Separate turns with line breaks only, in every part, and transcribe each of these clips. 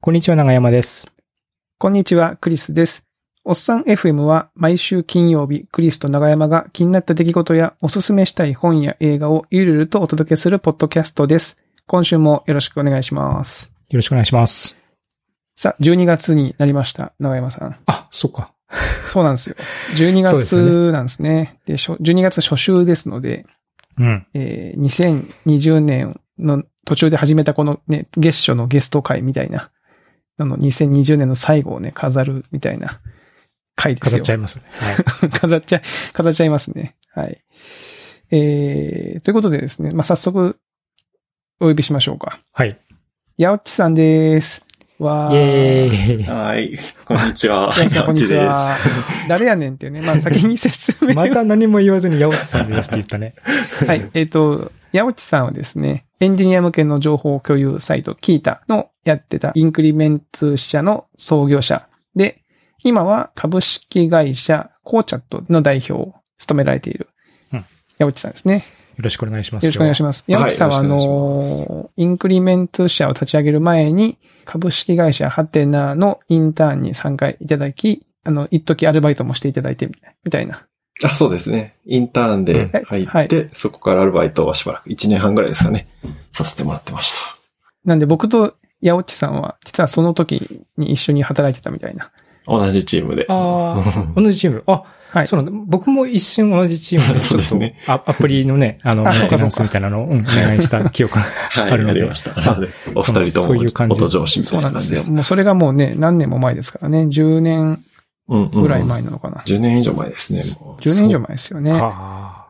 こんにちは、長山です。
こんにちは、クリスです。おっさん FM は毎週金曜日、クリスと長山が気になった出来事やおすすめしたい本や映画をゆるゆるとお届けするポッドキャストです。今週もよろしくお願いします。
よろしくお願いします。
さあ、12月になりました、長山さん。
あ、そっか。
そうなんですよ。12
そうですよ
月なんですね。でしょ12月初週ですので、
うん。
えー2020年の途中で始めたこのね、月初のゲスト会みたいな、あの、2020年の最後をね、飾るみたいな回です
飾
よ。
っちゃいますね。はい。
飾っちゃ、飾っちゃいますね。はい。えー、ということでですね、まあ、早速、お呼びしましょうか。
はい。
やおっちさんです。わ
イェ
ー。
ー
はい。こんに ちは。
やおっちさん、こんにち
やっ
は。誰やねんっていうね、まあ、先に説 明
イ。
を
また何も言わずに、八百さんですって言ったね。
はい。えっ、と、矢内さんはですね、エンジニア向けの情報共有サイト、キータのやってたインクリメンツ社の創業者で、今は株式会社コーチャットの代表を務められている
うん、
矢内さんですね。
よろしくお願いします。
よろしくお願いし
ま
ます。
今
矢
日は
内さんは、あ
はいよろしくお願いします
の、インクリメンツ社を立ち上げる前に、株式会社ハテナのインターンに参加いただき、あの、一時アルバイトもしていただいて、みたいな。
てあ、そうですね。インターンで入
うんは
っ
い
て、そこからアルバイトはしばらく、1年半ぐらいですかね、させてもらってました。
なんで僕と八落さんは、実はその時に一緒に働いてたみたいな。
同じチームで。
あ あ、同じチーム。あ、
はい。
そうなんだ。僕も一瞬同じチーム で、
そうですね
ちょっと。あアプリのね、あの、
あ
メンテナン
そ
ス
う
み
か
たいなのを、うん、お願いした記憶が。
はい、
あ
あ
るので
りました。なので、お
そうなん
二
です
人と
そう
も
いう感じ
元上司み
そ
た
う
い
な
なん
で
感じ
す
で
よ。
す。
もうそれがもうね、何年も前ですからね。10年
うんうん
ぐらい前なのかな。
10年以上前ですね、もう
10年以上前ですよ ね。
か。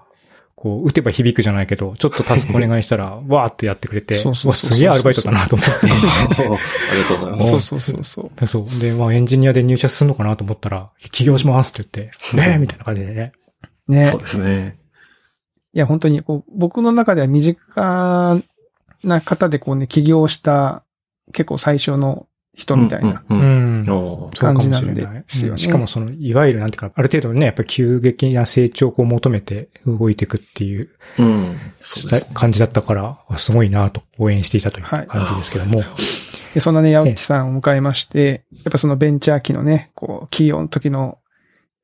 こう、打てば響くじゃないけど、ちょっとタスクお願いした ら、わーってやってくれて、
そうそうそ
わす
うそう
げえアルバイトだなと思って。
ありがとうございます。
そうそうそうそう。
そう。で、まあエンジニアで入社するのかなと思ったら、起業しますって言って、ねえみたいな感じでね。
ね
そう。ですね。
いや、本当にこう、僕の中では身近な方でこうね、起業した、結構最初の人みたいな。
うん
う
うん
ん
うん。。おー
そうかもしれ
感じ
な。
ないん
うん
ですよね
しかもその、いわゆるなんていうか、ある程度ね、やっぱり急激な成長をこう求めて動いていくっていう
うん。そうですね
感じだったから、あすごいなと応援していたという
はい
感じですけども。
で、そんなね、矢内さんを迎えまして、やっぱそのベンチャー期のね、こう、企業の時の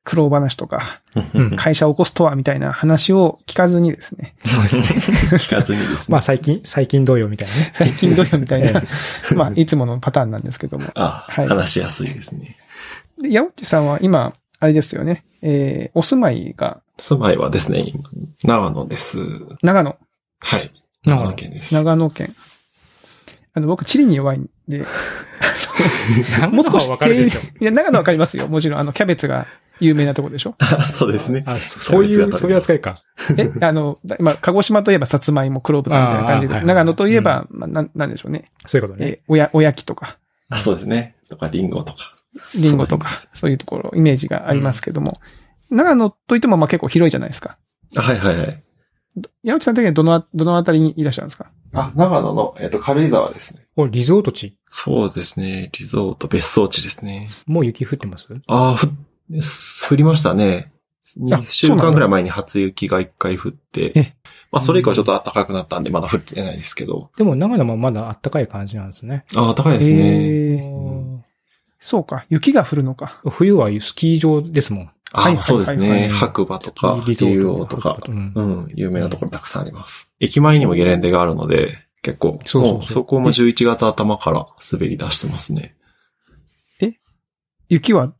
苦労話とか、
うん。
会社を起こすとはみたいな話を聞かずにですね、
そうですね。
聞かずにですね。
まあ最近、最近同様みたいなね。
最近どうよみたいな
え、
まあ、いつものパターンなんですけども。
あ
はい
話しやすいですね。
で、ヤオッチさんは今、あれですよね、えー、お住まいが
住まいはですね、今長野です。
長野、
はい。
長野
長野県です。
長野県。あの、僕、地理に弱いんで、
もう少しわかるでしょ。
いや、長野わかりますよ。もちろん、あの、キャベツが有名なとこでしょ。
あそうですね。
あ、そそうい
キャベ
う、
ツが食べます
そういう扱いか。
え、あの、だ今、鹿児島といえばさつまいも、黒豚みたいな感じ
あーは
で、
いはい
長野といえば、まあ、なん、なんでしょうね。
そういうことね。
えー、おや、おやきとか、
あ、そうですね。とか、リンゴとか。
リンゴとか
そうなん、
そういうところ、イメージがありますけども、長野といっても、まあ、結構広いじゃないですか。
あはいはいはい。
矢内さん的にはどの、どのあたりにいらっしゃるんですか
あ、長野の、えっ、と、軽井沢ですね。
お、リゾート地
そうですね。リゾート別荘地ですね。
もう雪降ってます
ああ、ふ、降りましたね。2週
そうなんだ
間ぐらい前に初雪が1回降って
え。
まあ、それ以降ちょっと暖かくなったんで、まだ降ってないですけど。
でも長野もまだ暖かい感じなんですね。
ああ、暖かいですね。
えー
ん
そうか、雪が降るのか。
冬はスキー場ですもん。
あ
はい
あ、そうです
はいはい
ね。
はい
白馬と
スキー
か、
リゾ
竜
ー
王
ト
とか。
うん
うん、有名なところたくさんあります。駅前にもゲレンデがあるので、結構、
そうそうそう
もそこも11月頭から滑り出してますね。
雪は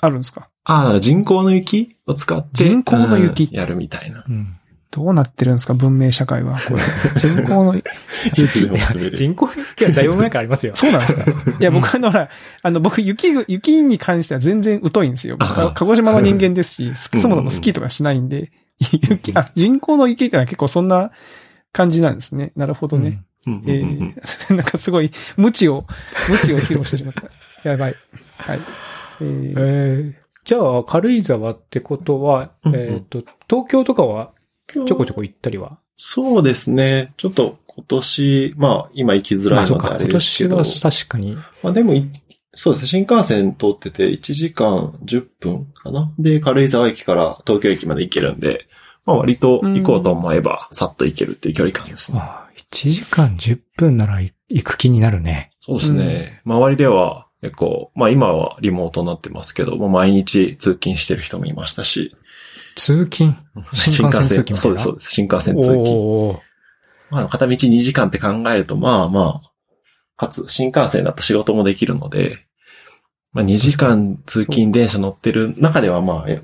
あるんですか
ああ、人工の雪を使って、
人工の雪
うんやるみたいな。
うん
どうなってるんですか文明社会 は。これ人工の、
いつでも滑 る。
人工雪はだいぶ前からありますよ。
そうなんですかいや、僕あの、ほら、あの、僕、雪、雪に関しては全然疎いんですよ。僕
あ
は
あ
鹿児島の人間ですし、スキ
うん
そもそもスキーとかしないんで、雪
う、ん
あ、人工の雪ってのは結構そんな感じなんですね。なる ほどね。
うんうん
え
うん
ー なんかすごい、無知を、無知を披露してしま った。やばい。はい。
え
えー
ーじゃあ、軽井沢ってことは、
うんうん
えっと、東京とかはちょこちょこ行ったりは
そうですね。ちょっと今年、まあ今行きづ
ま
ら
あ
い
そ
の
う
で
か
あ、れ
今
で
年
すけど。
は確かに。
まあでもい、そうですね。新幹線通ってて1時間10分かな。で、軽井沢駅から東京駅まで行けるんで、まあ割と行こうと思えば、さっと行けるっていう距離感ですね。
ああ1時間10分ならい行く気になるね。
そうですね。周りでは結構、まあ今はリモートになってますけど、もう毎日通勤してる人もいましたし、
通勤。 新幹線通勤みたいな
そうです、そうです。新幹線通勤。
おー
まあ片道2時間って考えると、まあまあ、かつ新幹線だった仕事もできるので、まあ2時間通勤電車乗ってる中ではまあ、え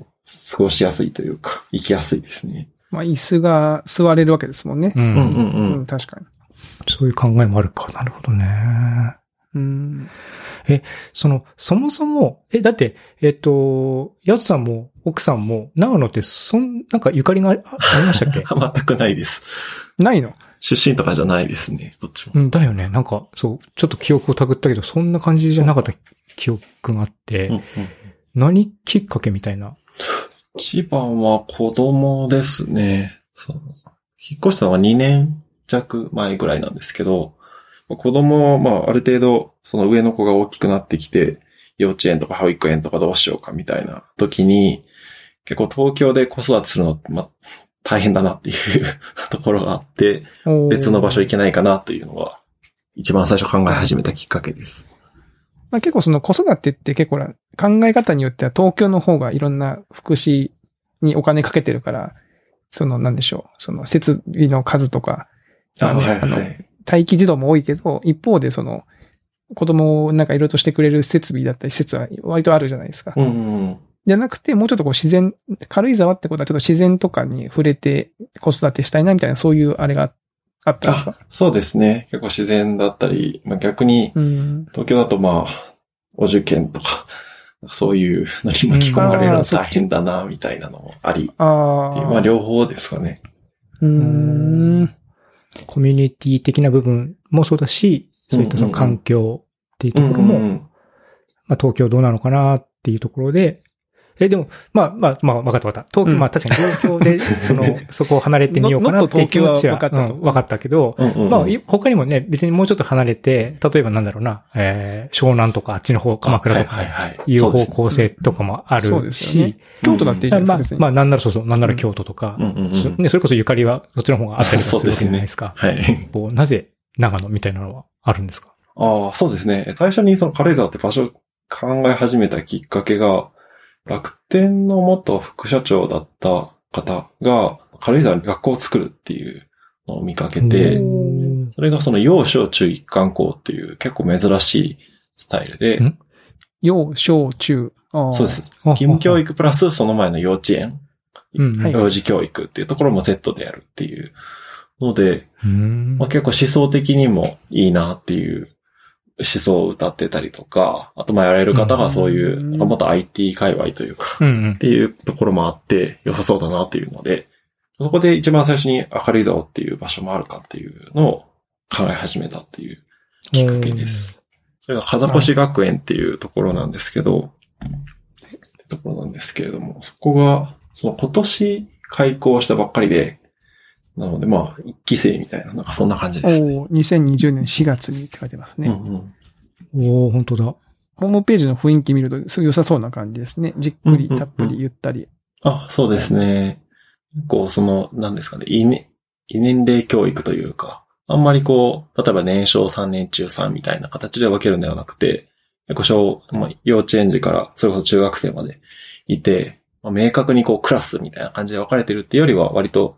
過ごしやすいというか、行きやすいですね。
まあ、椅子が座れるわけですもんね。
うん、
うんうんう。
うんん、確かに。
そういう考えもあるか。なるほどね。
うん。
その、そもそも、え、だって、えっと、やつさんも奥さんも長野ってそん、なんかゆかりがああありました っけ
全くないです。
ないの
出身とかじゃないですね、どっちも。
うん、だよね。なんか、そう、ちょっと記憶をたぐったけど、そんな感じじゃなかった記憶があって、
うんうん
何きっかけみたいな。
一番は子供ですね。その引っ越したのは2年弱前ぐらいなんですけど、子供、まあある程度、その上の子が大きくなってきて、幼稚園とか保育園とかどうしようかみたいな時に、結構東京で子育てするのって、まあ大変だなっていう ところがあって、別の場所行
け
けないかなというのが、一番最初考え始めたきっかけです。
まあ、結構その子育てって結構な考え方によっては東京の方がいろんな福祉にお金かけてるから、そのなんでしょう、その設備の数とか、あの
い。
待機児童も多いけど、一方でその子供をなんかいろいろとしてくれる設備だったり施設は割とあるじゃないですか。
うんうんうん。
じゃなくて、もうちょっとこう自然、軽井沢ってことはちょっと自然とかに触れて子育てしたいなみたいなそういうあれがあったんです
あ
か、
そうですね。結構自然だったり、まあ逆に、
うん。
東京だとまあ、お受験とか、そういうのに巻き込まれるの大変だな、みたいなのもあり、
ああ。
まあ両方ですかね。
うーん。
コミュニティ的な部分もそうだし、そういったその環境っていうところ
うんう
も、
ん
まあ東京どうなのかなっていうところで、え、でも、まあまあ、まあ、わかったわかった。東
う
京、
ん
まあ確かに東京で、その、そこを離れてみようかなっていう気持ちは、
ののっと東京はわかったと
うんわかったけど、
うんうんうん
まあ、い他にもね、別にもうちょっと離れて、例えばなんだろうな、えー湘南とかあっちの方、鎌倉とか、
はいはいはい
いう方
そうですね
向性とかもあ
そうで
る
すよ
し
ね、京都だっていいじゃない
まあ
です、か、
ま
別
あ、なんならそうそう、なんなら京都とか、
うんうんうん
そね、それこそゆかりはそっちの方があったりとかするわけじゃないですか。
はい。
こうなぜ長野みたいなのはあるんですか
ああ、そうですね。最初にその軽井沢って場所を考え始めたきっかけが、楽天の元副社長だった方が、軽井沢に学校を作るっていうのを見かけて、
うん
それがその幼少中一貫校っていう結構珍しいスタイルで
ん、
に。幼小中。ああ
そうで。す。
あ
義務教育プラスその前の幼稚園、
うんはい
幼児教育っていうところもセットでやるっていうので、
うん
まあ、結構思想的にもいいなっていう思想を歌ってたりとか、あとまあやられる方がそういうう、
ん
なんか元 IT 界隈というか、
う
っ
ん
ていうところもあって良さそうだなっていうので、そこで一番最初に明るいぞっていう場所もあるかっていうのを考え始めたっていうきっかけです。それが風越学園っていうところなんですけど、ってところなんですけれども、そこが、その今年開校したばっかりで、なのでまあ、一期生みたいな、なんかそんな感じ
お
ですね。
お2020年4月にって書いてます
う
ね。
んうん。
おお本当だ。
ホームページの雰囲気見ると、すごい良さそうな感じですね。じっくり、
うんうんうん
たっぷり、ゆったり。
あ、そうですね。結構その、なんですかね、異年、異年齢教育というか、あんまりこう、例えば年少3年中3みたいな形で分けるんではなくて、結構小、まあ、幼稚園児から、それこそ中学生までいて、まあ、明確にこうクラスみたいな感じで分かれてるっていうよりは、割と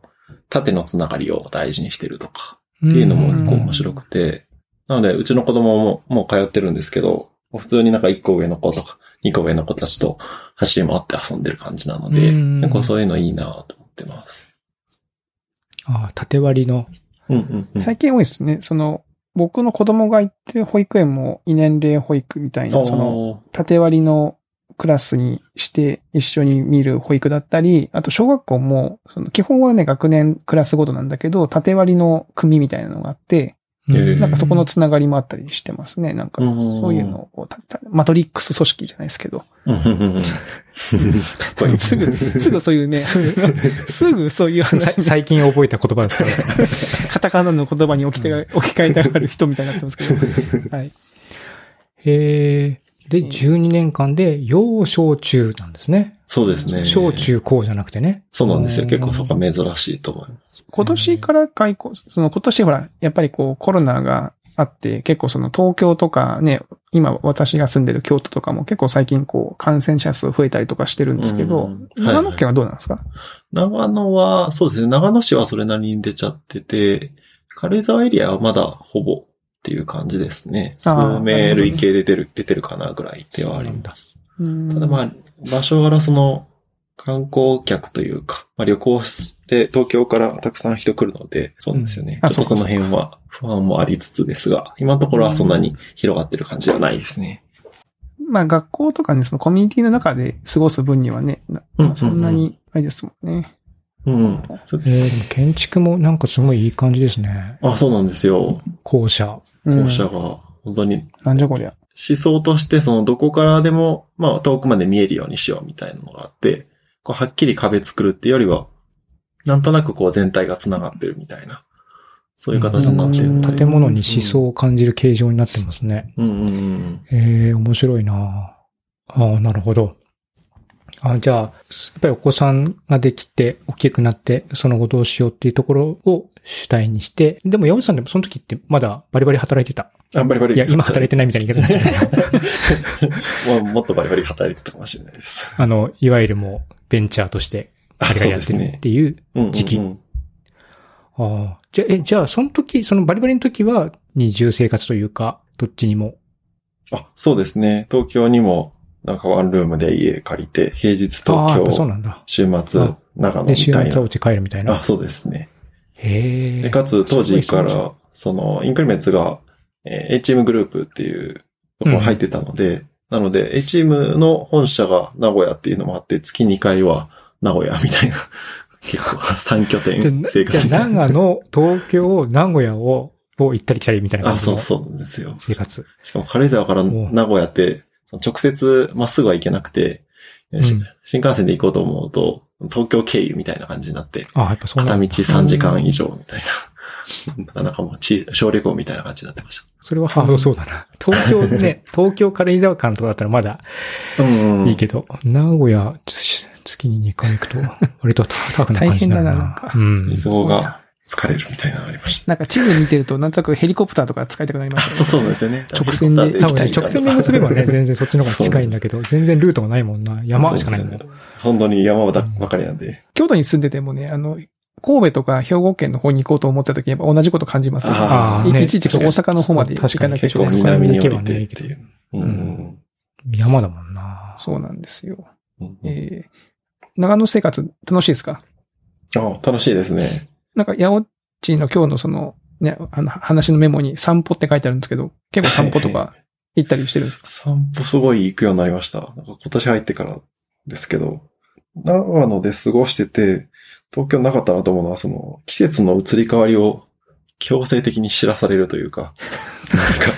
縦のつながりを大事にしてるとか、
っ
っていうのも結構面白くて、なので、うちの子供ももう通ってるんですけど、普通になんか1個上の子とか、2個上の子たちと走り回って遊んでる感じなので、
うん
結構そういうのいいなと思ってます。
ああ、縦割りの。
うんうんうん。
最近多いですね。その、僕の子供が行ってる保育園も、異年齢保育みたいな、その、
おー
縦割りのクラスにして一緒に見る保育だったり、あと小学校も、その基本はね、学年クラスごとなんだけど、縦割りの組みたいなのがあって、
へー
なんかそこのつながりもあったりしてますね。なんか、
うん
そういうのをた、たマトリックス組織じゃないですけど、
うんうんうんうんかっこいい。
すぐ、すぐそういう ね、
す
すぐそういう
さ
話、
最近覚えた言葉ですから。
カタカナの言葉に置きて置き換えてある人みたいになってますけど、はい。
へえ。で、12年間で、幼小中なんですね。
そうですね。
小中高じゃなくてね。
そうなんですよ。結構そこ
うん
は珍しいと思います。
今年から開校、その今年ほら、やっぱりこうコロナがあって、結構その東京とかね、今私が住んでる京都とかも結構最近こう感染者数増えたりとかしてるんですけ
う
ど
ん、
長野県はどうなんですか、
長野は、そうですね。長野市はそれなりに出ちゃってて、軽井沢エリアはまだほぼっていう感じですね。数
あーなる
名
ほどね
類型で出る、出てるかなぐらいではあります。
うん
ただまあ、場所柄その、観光客というか、まあ旅行して東京からたくさん人来るので、そうなんですよね。
うんあ
ちょっと
そう
そ
か
の辺は不安もありつつですが、今のところはそんなに広がってる感じではないですね。
まあ学校とかね、そのコミュニティの中で過ごす分にはね、な
うんうんうん
そんなにあれですもんね。
うん。
えーでも建築もなんかすごいいい感じですね。
あ、そうなんですよ。
校舎。
うん
校舎が本当に
なんじゃこりゃ。
思想として、そのどこからでも、まあ遠くまで見えるようにしようみたいなのがあって、こうはっきり壁作るっていうよりは、なんとなくこう全体が繋がってるみたいな、そういう形になってるの
うん
で。
建物に思想を感じる形状になってますね。
うんうんうん。
ええ面白いなああ、なるほど。あじゃあ、やっぱりお子さんができて、大きくなって、その後どうしようっていうところを主体にして、でも山口さんでもその時ってまだバリバリ働いてた。
あ、バリバリ。
いや、今働いてないみたいな言い方になっちゃった。
まあ もっとバリバリ働いてたかもしれないです。
あの、いわゆるもう、ベンチャーとして、バリバリやってるっていう。
うんうんうん
時期ああ、じゃあ、え、じゃあ、その時、そのバリバリの時は、二重生活というか、どっちにも。
あ、そうですね。東京にも、なんかワンルームで家借りて、平日
ああ、やっぱ
東
そう
京、
なんだ。
週末、長野
で、
み
週末
たい
はお
な。
家帰るみたいな
あ、。そうですね。
へえ。
で、かつ当時か
すごいすごい
ら、その、インクリメンツが、えー A チームグループっていうところに入ってたので、なので、A チームの本社が名古屋っていうのもあって、月2回は名古屋みたいな、 結構3拠点
じゃ
生
あ、
活
じ
み
ゃ
た
あ
いな。
長野、東京、名古屋を、を行ったり来たりみたいな感
あ、
じ
そう
の
そうなんですよ。
生活。
しかも軽井沢から名古屋って、その直接まっすぐは行けなくて、し
うん
新幹線で行こうと思うと、東京経由みたいな感じになって、
あ、やっぱそうな
片
ん
道
だ。
3時間以上みたいな。なかなかもうち、小旅行みたいな感じになってまし
それはハードそうだな。東京ね、東京軽井沢間とかだったらまだ
た。うん、うん。
いいけど、名古屋、つ月に2回行くと、割と高くな感じになる
大変だななん
な
か。
うん。
移動が疲れるみたいなのがありました。
なんか地図見てると、なんとなくヘリコプターとか使いたくなりま
あ
したね
そうそうなんですよね。
直線で
ヘリコ
そうね
プター行きたい
直線で結べば ね、全然そっちの方が近いんだけど、全然ルートがないもんな。山しかないもん
そう。ですよね本当に山ばかりなんで。
京都に住んでてもね、あの、神戸とか兵庫県の方に行こうと思った時、やっぱ同じこと感じますよね。
あー
い
ね
いちいちこう大阪の方まで行かなきゃいけ
結
ない
直
構
線
南
で
に
行
降
けば
り
ね
てっていう。うんうん
山だもんな。
そうなんですよ。
うんうん
えー、長野生活楽しいですか
あ楽しいですね。
なんか、ヤオッチーの今日のその、ね、あの、話のメモに散歩って書いてあるんですけど、結構散歩と
はい
か行ったりしてるんですか
散歩すごい行くようになりました。なんか今年入ってからですけど、長野で過ごしてて、東京なかったなと思うのは、その季節の移り変わりを強制的に知らされるというか、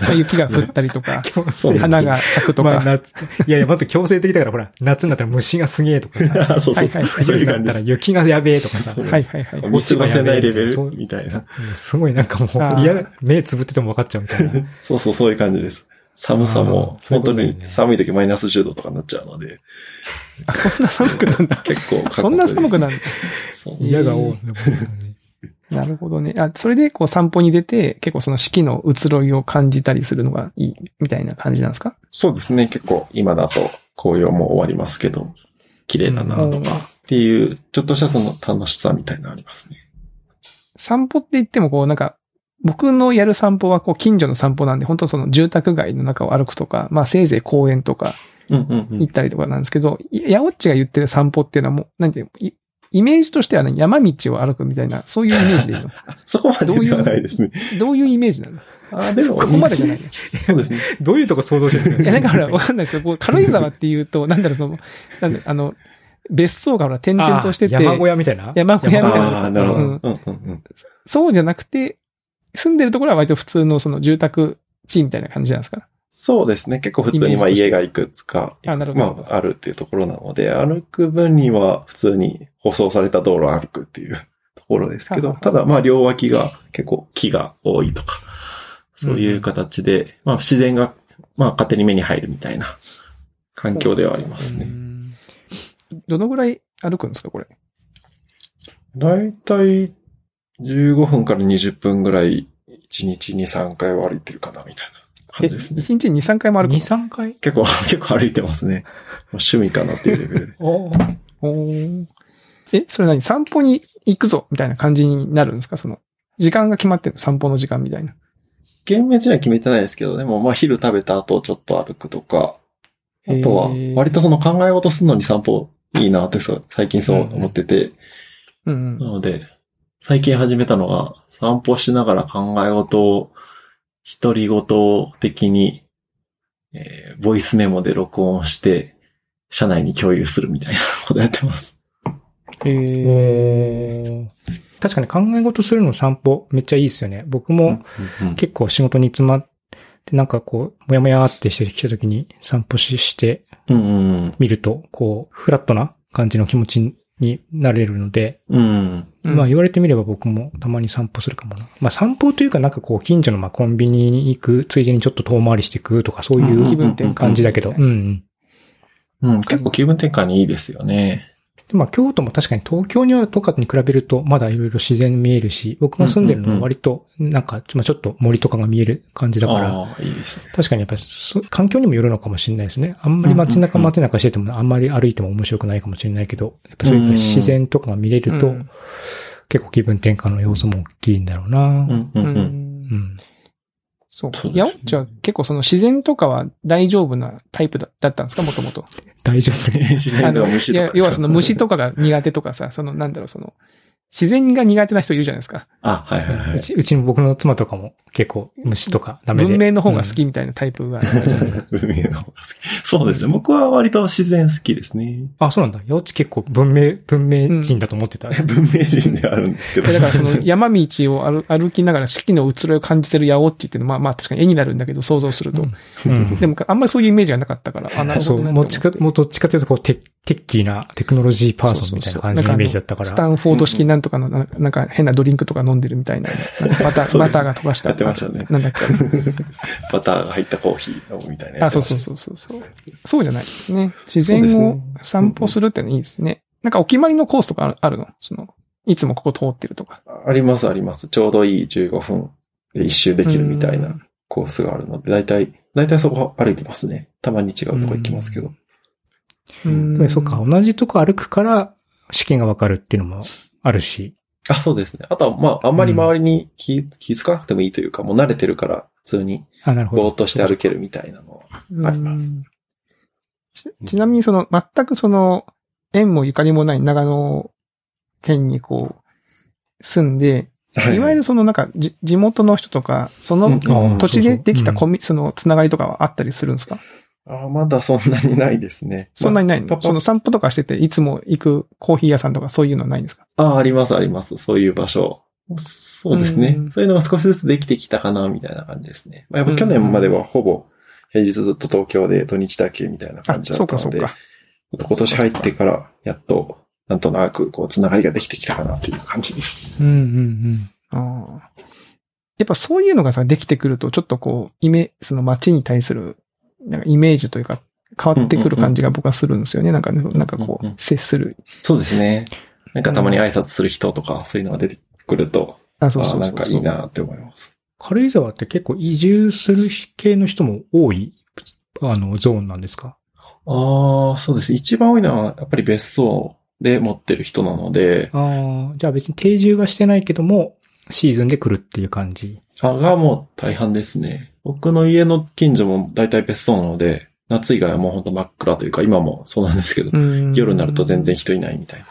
なんか
雪が降ったりと か、
そうなんです
花が咲くとか。
まあ、夏、いやいや、まず強制的だから、ほら、夏になったら虫がすげえとかさ。
あ そうそう
は
そ、
いうはいはい
そう
冬
い
に
う
なった
感じで
ら
す。
雪がやべえとかさ。
そう
はいはいはい。
道がせないレベ
そう
ルみたいな。
うんすごいなんかもう
あー、
いや、目つぶってても分かっちゃうみたい な。
そうそう、そういう感じです。寒さも
あ、ーそうい
本
うこ
当
とだよね
に寒い時マイナス10度とかになっちゃうので、
あそんな寒くなんだ。
結構過酷です
そんな寒くなんだ。
そう
嫌が多い。
なるほどね。あ、それでこう散歩に出て、結構その四季の移ろいを感じたりするのがいい、みたいな感じなんですか
そうですね、結構今だと紅葉も終わりますけど、綺麗だな
う
と
ん
か、っていう、ちょっとしたその楽しさみたいなのありますね。
散歩って言ってもこうなんか、僕のやる散歩はこう近所の散歩なんで、本当その住宅街の中を歩くとか、まあせいぜい公園とか
うんうんう
行
ん。
ったりとかなんですけど、いやおっちが言ってる散歩っていうのはもう、なんていうのいイメージとしてはね、山道を歩くみたいな、そういうイメージでいいの
そこまでではないです ね。
どういうイメージなの
あ、でも、
ここまでじゃない
い。
の
そうですね。
どういうとこ想像してる
いや、なんか ほら、わ
っ
かんないですよ。こう、軽井沢っていうと、なんだろう、その、なんだあの、別荘がほら、点々としてて、
山小屋みたいな
山小屋みたい
ああ、なるほど。うんうんうん。
そうじゃなくて、住んでるところは割と普通のその住宅地みたいな感じなんですか
そうですね。結構普通
イメー
に
ジと
まあ
して
家がいくつか、
あなるほど
まああるっていうところなので、歩く分には普通に舗装された道路を歩くっていうところですけ
は
ど
は、は
ただまあ両脇が結構木が多いとか、そういう形で、まあ自然がまあ勝手に目に入るみたいな環境ではありますね。
うん
どのぐらい歩くんですか、これ。
だいたい15分から20分ぐらい1日に3回は歩いてるかなみたいな
え、
感じです
1
ね。
日に2、3回も歩くの
2、3回
結構、 結構歩いてますね。もう趣味かなっていうレベル で。
お
おーえ、それ何散歩に行くぞみたいな感じになるんですかその、時間が決まってるの散歩の時間みたいな。
厳密には決めてないですけど、でもまあ昼食べた後ちょっと歩くとか、あとは
へー
割とその考え事するのに散歩いいなってそう最近そう思ってて、
うん、うん
なので最近始めたのが散歩しながら考え事を独り言的に、えーボイスメモで録音して社内に共有するみたいなことやってます。
えー
お確かに考え事するの散歩めっちゃいいですよね。僕も
うん
結構仕事に詰まって、なんかこう、もやもやってしてきた時に散歩しして
うんうん
みると、こう、フラットな感じの気持ちになれるので、
うん。うん。
まあ
うん
言われてみれば僕もたまに散歩するかもな。まあ散歩というかなんかこう近所のまあコンビニに行く、ついでにちょっと遠回りしていくとかそう
うん
い
気
う
分転換
感じだけど。うん、うん。
うん、結構気分転換にいいですよね。
でまあ京都も確かに東京にはとかに比べるとまだいろいろ自然見えるし、僕が住んでるのは割となんかまあちょっと森とかが見える感じだから、
ああ、いいですね。
確かにやっぱりそ環境にもよるのかもしれないですね。あんまり街中
うんうんうん
街中しててもあんまり歩いても面白くないかもしれないけど、やっぱそういった自然とかが見れる
う
と
ん
結構気分転換の要素も大きいんだろうな
う。んう
う
んうん。
ん
うん
そうか
そう。ですね
ヤオッチは結構その自然とかは大丈夫なタイプだだったんですかもともと。
大丈夫ね。
自然では虫
い
とか
や、要はその虫とかが苦手とかさ、そのなんだろう、その、自然が苦手な人いるじゃないですか。
あ、はいはいは
う
い。
ちうちの僕の妻とかも結構虫とかダメで。
文明の方が好きみたいなタイプが。
海の方が好き。そうですね。僕は割と自然好きですね。
あ、そうなんだ。幼稚結構文明、文明人だと思ってた。
文明人ではあるんですけど。
いやだからその 山道を歩歩きながら四季の移ろいを感じてる八オッチっていうのは、まあまあ確かに絵になるんだけど、想像すると。
うん
でも、あんまりそういうイメージがなかったから、あ、なる
そ
ほど
う、
な
もうちか、もうどっちかというとこうテッ、テッキーなテクノロジーパーソンみたいな感じのイメージだったから。
スタンフォード式なんとかの、ななんか変なドリンクとか飲んでるみたいな。なんかバタ
そ
ー、
うで
バ
す
ターが溶かした。
やってましたね
なんだっけ。
バターが入ったコーヒー飲むみたいなや
あ、
つ。
そうそうそうそうそう。そうじゃないですね。自然
そう
を
ですね
散歩するってのいいですね。なんかお決まりのコースとかあるあるのその、いつもここ通ってるとか。
ありますあります。ちょうどいい15分で一周できるみたい
うん
な。コースがあるので、だいたい、だいたいそこ歩いてますね。たまに違うとこ行きますけど。
でもそっか、同じとこ歩くから試験がわかるっていうのもあるし。
あ、そうですね。あとは、まあ、あんまり周りに気、気づかなくてもいいというか、もう慣れてるから、普通に
あ、なるほ
ぼー
ど
っ。として歩けるみたいなのはあります
うん。ちちなみにその、全くその、縁もゆかりもない長野県にこう、住んで、
はい
わゆるそのなんか、じ地元の人とか、その
うん
あ
土地
そう
で
そう
できた
うん
コミ、そのつながりとかはあったりするんですか
あまだそんなにないですね。
そんなにない
まあ
の
パパ
その散歩とかしてて、いつも行くコーヒー屋さんとかそういうのはないんですか
ああ、あります、あります。そういう場所。そうですね。
うん
そういうのが少しずつできてきたかな、みたいな感じですね。まあ、やっ
うん
ぱ去年まではほぼ平日ずっと東京で土日だけみたいな
あ
感、じだ
そ
っ
う
た
かそ
の
う
で、
か。
今年入ってからやっと、なんとなくこう、つながりができてきたかな、という感じです。
うんうん
ああ。やっぱそういうのがさ、できてくると、ちょっとこう、イメ、その街に対する、なんかイメージというか、変わってくる感じが僕はするんですよね。なんかね、なんかこ
うんう、
うん接する。
そうですね。なんかたまに挨拶する人とか、そういうのが出てくると、
あ、そう
あ
そう
あ、
そう
な
そうん
かいい。なって思います。
軽井沢って結構移住する系の人も多い、あの、ゾーンなんですか
ああ、そうです。一番多いのは、やっぱり別荘で持ってる人なので、
ああ、じゃあ別に定住はしてないけども、シーズンで来るっていう感じ。
あがもう大半ですね。僕の家の近所も大体別荘なので、夏以外はもうほんと真っ暗というか、今もそうなんですけど、
うん
夜になると全然。人いないみたいな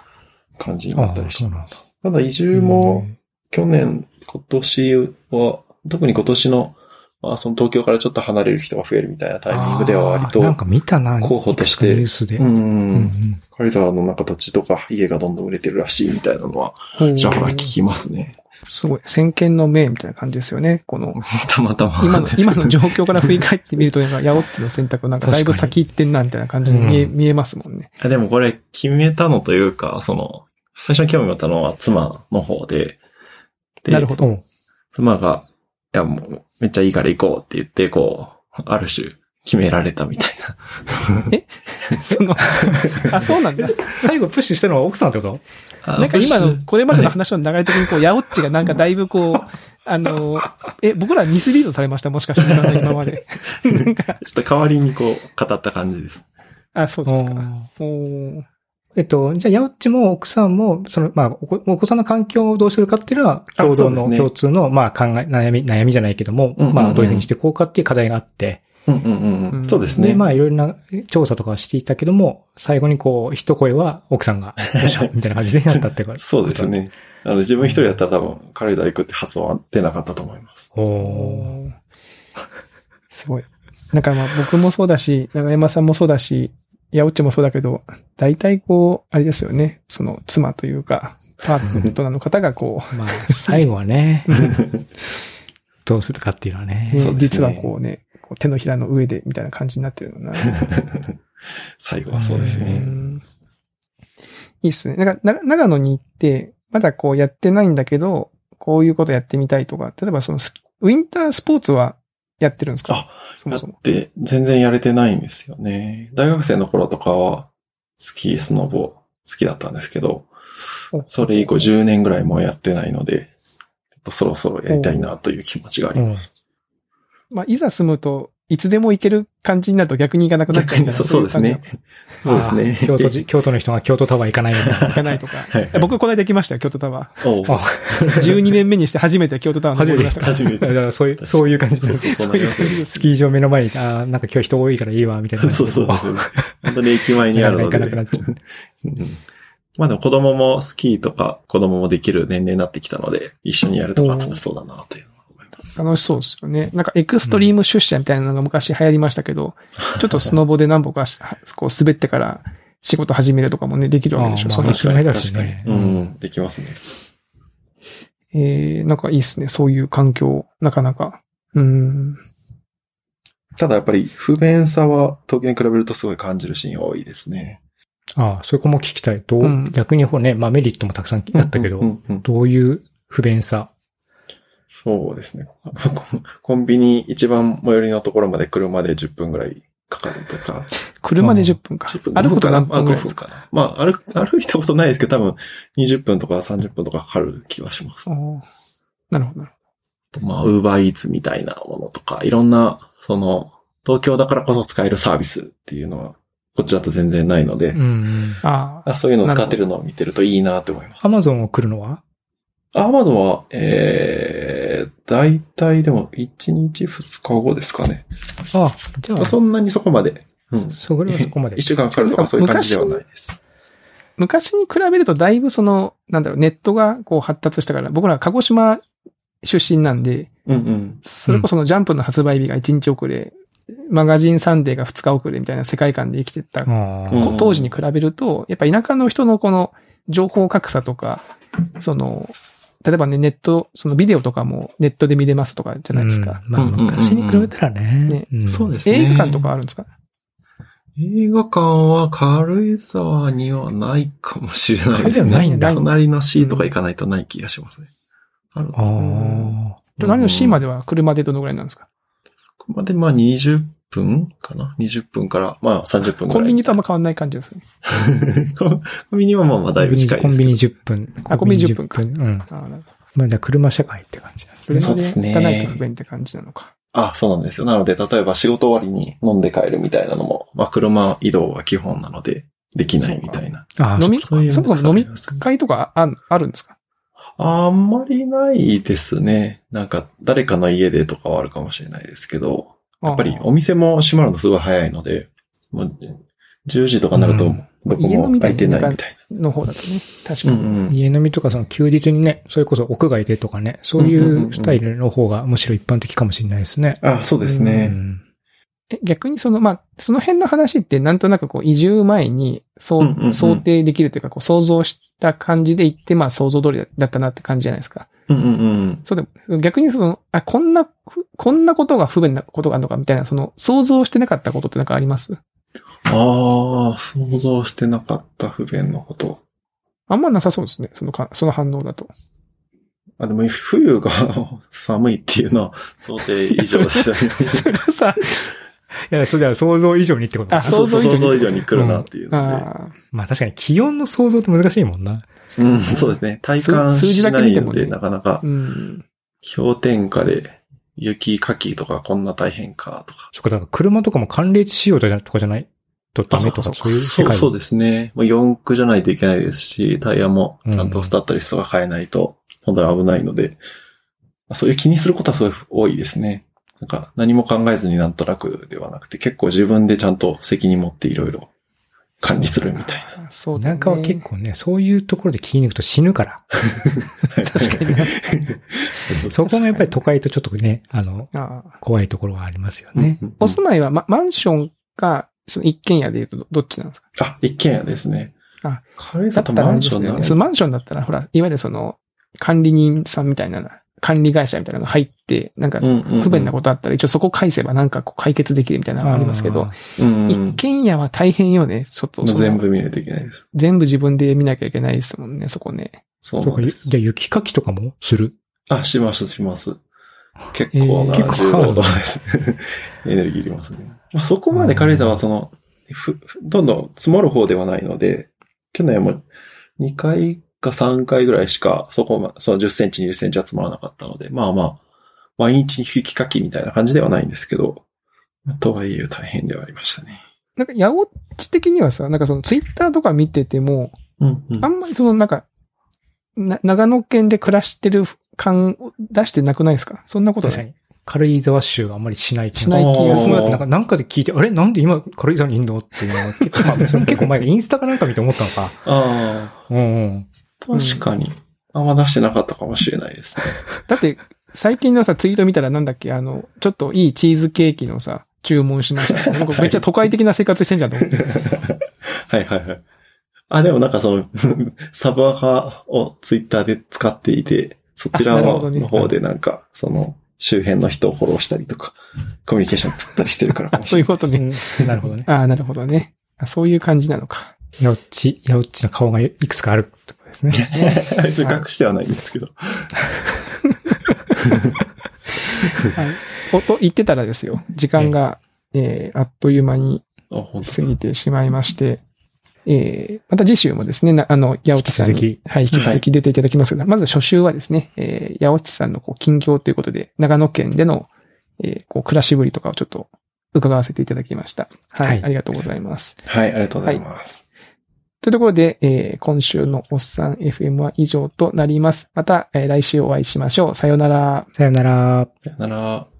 感じになったりしてます。ただ移住
も
も去年、今年は、特に今年の、まあ、その東京からちょっと離れる人が増えるみたいなタイミングでは割と、
あーなんか見たな、
候補として
いくつかニュースで。
う、
うんん
軽井沢の中土地とか家がどんどん売れてるらしいみたいなのは、
ほう
ちらほら聞きますね。
すごい。先見の明みたいな感じですよね。こ の、
たまたま
今の、今の状
況
況から振り返ってみると、なんか、ヤオッチの選択なんかだいぶ先行ってんな、みたいな感じに見え、
うん
見えますもんね。
あでもこれ決めたのというか、その、最初に興味持ったのは妻の方で、で
なるほ
う
ど。
ん。お
妻が、いやもうめっちゃいいから行こうって言って、こう、ある種、決められたみたいな。
そ の、あ、そうなんだ。
最後プッシュしたのは奥さんってこと
あ
なんか今
プッシ
の
ュ、
これまでの話の流れ的に、こう、ヤオッチがなんかだいぶこう、 あの、え、僕らミスリードされましたもしかして今の今まで。なんか、
ちょっと代わりにこう、語った感じです。
あ、そうですか。おー
えっと、じゃあ、ヤオッチも奥さんも、その、まあお子、お子さんの環境をどうするかっていうのは、
あ
共同の、
そうですね
共通の、まあ、考え、悩み、悩みじゃないけども、
うんうんうん
まあ、どういうふうにしていこうかっていう課題があって、
うんうんうんう
うん
ん。そうです
で、
ね。
まあ、いろいろな調査とかはしていたけども、最後にこう、一声は奥さんが、よいし ょ、みたいな感じでなったってこと。
そうです。ね。あの、自分一人だったら多分、カレーダ行くって発音は出なかったと思います。
おお
おーすごい。なんかまあ僕もそうだし、長山さんもそうだし、八オッチもそうだけど、大体こう、あれですよね。その妻というか、パートナーの方がこ
まあ、最後はね、 どうするかっていうのは
う、
ね
ね。
そうです
実
ね
はこうね、こう手のひらの上でみたいな感じになってるのな。
最後はそうです
う
ね。
んいいっすね。なんか、な長野に行って、まだこうやってないんだけど、こういうことやってみたいとか、例えばそのスキウィンタースポーツはやってるんですかそも
だっ
そも。
て、全然やれてないんですよね。大学生の頃とかは、スキー、スノボ、好きだったんですけど
お、
それ以降10年ぐらいもうやってないので、ちょっとそろそろやりたいなという気持ちがあります。
まあ、いざ住むと、いつでも行ける感じになると逆に行かなくなっちゃ
逆
うみた
に
い
そ
な。
うそうですね。そうですね
あ。ー京都じ、京都の人が京都タワー行かないみたいな。
行かないとか。
はいはい
え僕、この間行きましたよ、京都タワ
おう
あ
ー。12年目にして初めて京都タワー登りましたから。
初め
だか
て。
らそういう、 そういう感じです。
そうそうそうなりますよね
スキー場目の前に、ああ、なんか今日人多いからいいわ、みたいな。
そうそう
な
そう。本当に駅前にあ
かな
る
か
の
行か。
で
なくなっちゃう。
うんまあでも子供もスキーとか子供もできる年齢になってきたので、一緒にやるとか楽しそうだなというのは思います。
楽しそうですよね。なんかエクストリーム出社みたいなのが昔流行りましたけど、ちょっとスノボで何歩かしこう滑ってから仕事始めるとかもね、できるわけでし
あ
ょ。
ー
そ
ま
の
あ
確かに
おしまいだ
確
し
か
ね
に。うん、できますね。
えー、なんかいいっすね。そういう環境、なかなか。うん。
ただやっぱり不便さは東京に比べるとすごい感じるシーン多いですね。
ああ、そこも聞きたい。どう、
うん
逆にほね、まあメリットもたくさんあったけど、
うんうんうん
どういう不便さ。
そうですね。コンコンビニ一番最寄りのところまで車で10分ぐらいかかるとか。
車で10分か。
10分
歩くと何分ぐらい
歩くかな。まあ歩く、 歩いたことないですけど多分20分とか30分とかかかる気がします。
おーなるほど、なる
まあ、ウーバーイーツみたいなものとか、いろんな、その、東京だからこそ使えるサービスっていうのは、こっちだと全然ないので、
うんうん。
ほど。ああ。
あそういうのを使ってるのを見てるといいなと思います。
アマゾンを来るのは
アマゾンは、えー、大体でも1日2日後ですかね。
ああ、じゃあ、
そんなにそこまで。うん。
それはそこまで
1。週間かかるとかそういう感じではないです。
昔に比べるとだいぶその、なんだろう、ネットがこう発達したから、僕ら鹿児島出身なんで、
うんうん。
それこそのジャンプの発売日が1日遅れ、マガジンサンデーが2日遅れみたいな世界観で生きてった、
あ
う
あ
ん
当時に比べると、やっぱ田舎の人のこの情報格差とか、その、例えばね、ネット、そのビデオとかもネットで見れますとかじゃないですか。
うんまあ
うんうんうんうん
昔に比べたらね
ね。
ん
そうですね。
映画館とかあるんですか
映画館は軽井沢にはないかもしれないです
軽井沢
ね。
ないんだ
隣の市とか行かないとない気がしますね。ある
ああ。
隣の C ま
で。
では車でどのぐらいなんですか
まあで、まあ20分かな ?20 分から、まあ30分ぐらい。
コンビニとあんま変わんない感じですね。
コンコンビニはまあまあだいぶ近い
コ
で
ン
すけ
ビ
ど
ニ。10分。
あコンビニ10分か
うん。
ああ、なるほど。
まあじゃあ車社会って感じなんですね。
そ
車
うで
です
ね
行かないと不便って感じなのか。
あ、そうなんですよ。なので、例えば仕事終わりに飲んで帰るみたいなのも、まあ車移動は基本なので、できないみたいな。
ああ、
飲み、
そ
そう
いう
もそも飲み
そういう
会とかああるんですか
あんまりないですね。なんか、誰かの家でとかはあるかもしれないですけど、
や
やっぱりお店も閉まるのすごい早いので、もう10時とかになる
う
と
ん、
どこも開いてないみたい
の方だとね。確か
な。
に。
うんうん。
家飲みとかその休日にね、それこそ屋外でとかね、そういうスタイルの方がむしろ一般的かもしれないですね。
あ、そうです
う
ね。
ん。
え逆にその、まあ、その辺の話ってなんとなくこう移住前に、そう、
うんうんうん
想定できるというか、こう想像した感じで行って、まあ想像通りだだったなって感じじゃないですか。
うんうんうん。
そうでも、逆にその、あ、こんな、ふこんなことが不便なことがあるのかみたいな、その想像してなかったことってなんかあります
ああ、想像してなかった不便のこと。
あんまなさそうですね。そのか、その反応だと。
あ、でも 冬が寒いっていうのは想定以上でしたね。
それはさ、
いや、それじゃあ想像以上にってこと
あ
か。
想像以上に
想像以上に来るなっていうので。
あ
まあ確かに気温の想像って難しいもんな。
うん、そうですね。体感
数数字
し
だけ
な
見て
い
も
の
ね
で、なかなか
あ。うん。
氷点下で雪かきとかこんな大変かとか。
そっか、だから車とかも寒冷地仕様とかじゃとかじゃないとダメとか、そういう世界。
そうそうですね。もう四駆じゃないといけないですし、タイヤもちゃんとスタッドレスが変えないと、本当に危ないので、まあそういう気にすることはすごい多いですね。なんか何も考えずになんとなくではなくて、結構自分でちゃんと責任持っていろいろ管理するみたいな。
そうだね
田舎は結構ね、そういうところで気抜くと死ぬから。
確か に。
そこがやっぱり都会とちょっとね、あの、
ああ
怖いところはありますよね。
うんうんうん
お住まいは、ま、マンションか、その一軒家で言うとどどっちなんですか
あ、一軒家ですね。
あ、
軽井
だ
沢
った
と
ら
マ
あれ
ン
で
ショ
す
ンな
よ
の
ね。そのマンションだったら、ほら、いわゆるその、管理人さんみたいな、管理会社みたいなのが入って、なんか、不
不
便なことあったら、一応そこ返せばなんかこう解決できるみたいなのがありますけど、
と。うん
一軒家は大変よね。ちょっとその
全部見ないといけないです。
全部自分で見なきゃいけないですもんね、そこね。
そ
あー。
う
そうん
な
か、
で
ゆ
す。
じゃあ雪かきとかもする。
あ、します、します。結構な
えー
結構
重
ハード
労働です。 エネルギーいりますね。まあ、そこまで軽井沢はその、ふふどんどん積もる方ではないので、去年も2回か3回ぐらいしか、そこま、その10センチ、20センチは積もらなかったので、まあまあ、毎日雪かきみたいな感じではないんですけど、まあとはいえ大変ではありましたね。
なんか、八百地的にはさ、なんかそのツイッターとか見てても、
うん、うん
あ。んまりそのなんか、な、長野県で暮らしてる感を出してなくないですかそんなことない。
に。軽井沢州はあんまりしない気がする
しない気がす
そ
る
うやってなんか、なんかで聞いて、あれなんで今軽井沢にいんのっていうのは結構、まあ、それも結構前でインスタかなんか見て思ったのか。
ああ、
うんうん。
確かに。あんま出してなかったかもしれないですね。
だって、最近のさ、ツイート見たらなんだっけ、あの、ちょっといいチーズケーキのさ、注文しました。なんかめっちゃ都会的な生活してんじゃんと思 って。
はいはいはい。あ、でもなんかその、 サバーをツイッターで使っていて、そちら
あなるほど
の
ね
の方でなんか、その、周辺の人をフォローしたりとか、コミュニケーション取ったりしてるからかもし
そうい
れ
う
ない。
ことね。
なるほどね。
ああ、なるほどね。あそういう感じなのか。
やおっち、やおっちの顔がいくつかあるってことですね。
別に隠してはないんですけど。
はい。おと言ってたらですよ。時間が、えーあっという間に
あ、本
過ぎてしまいまして、えー、また次週もですね、なあの、八落さん
引き
に、はい、引き続き出ていただきますが、まず初週はですね、えー、八落さんのこう近況ということで、長野県での、えー、こう、暮らしぶりとかをちょっと伺わせていただきました。はい、
はい
ありがとうございます。
はい、ありがとうございます。
というところで、えー、今週のおっさん FM は以上となります。また、えー来週お会いしましょう。さようなら。
さよなら。
さよなら。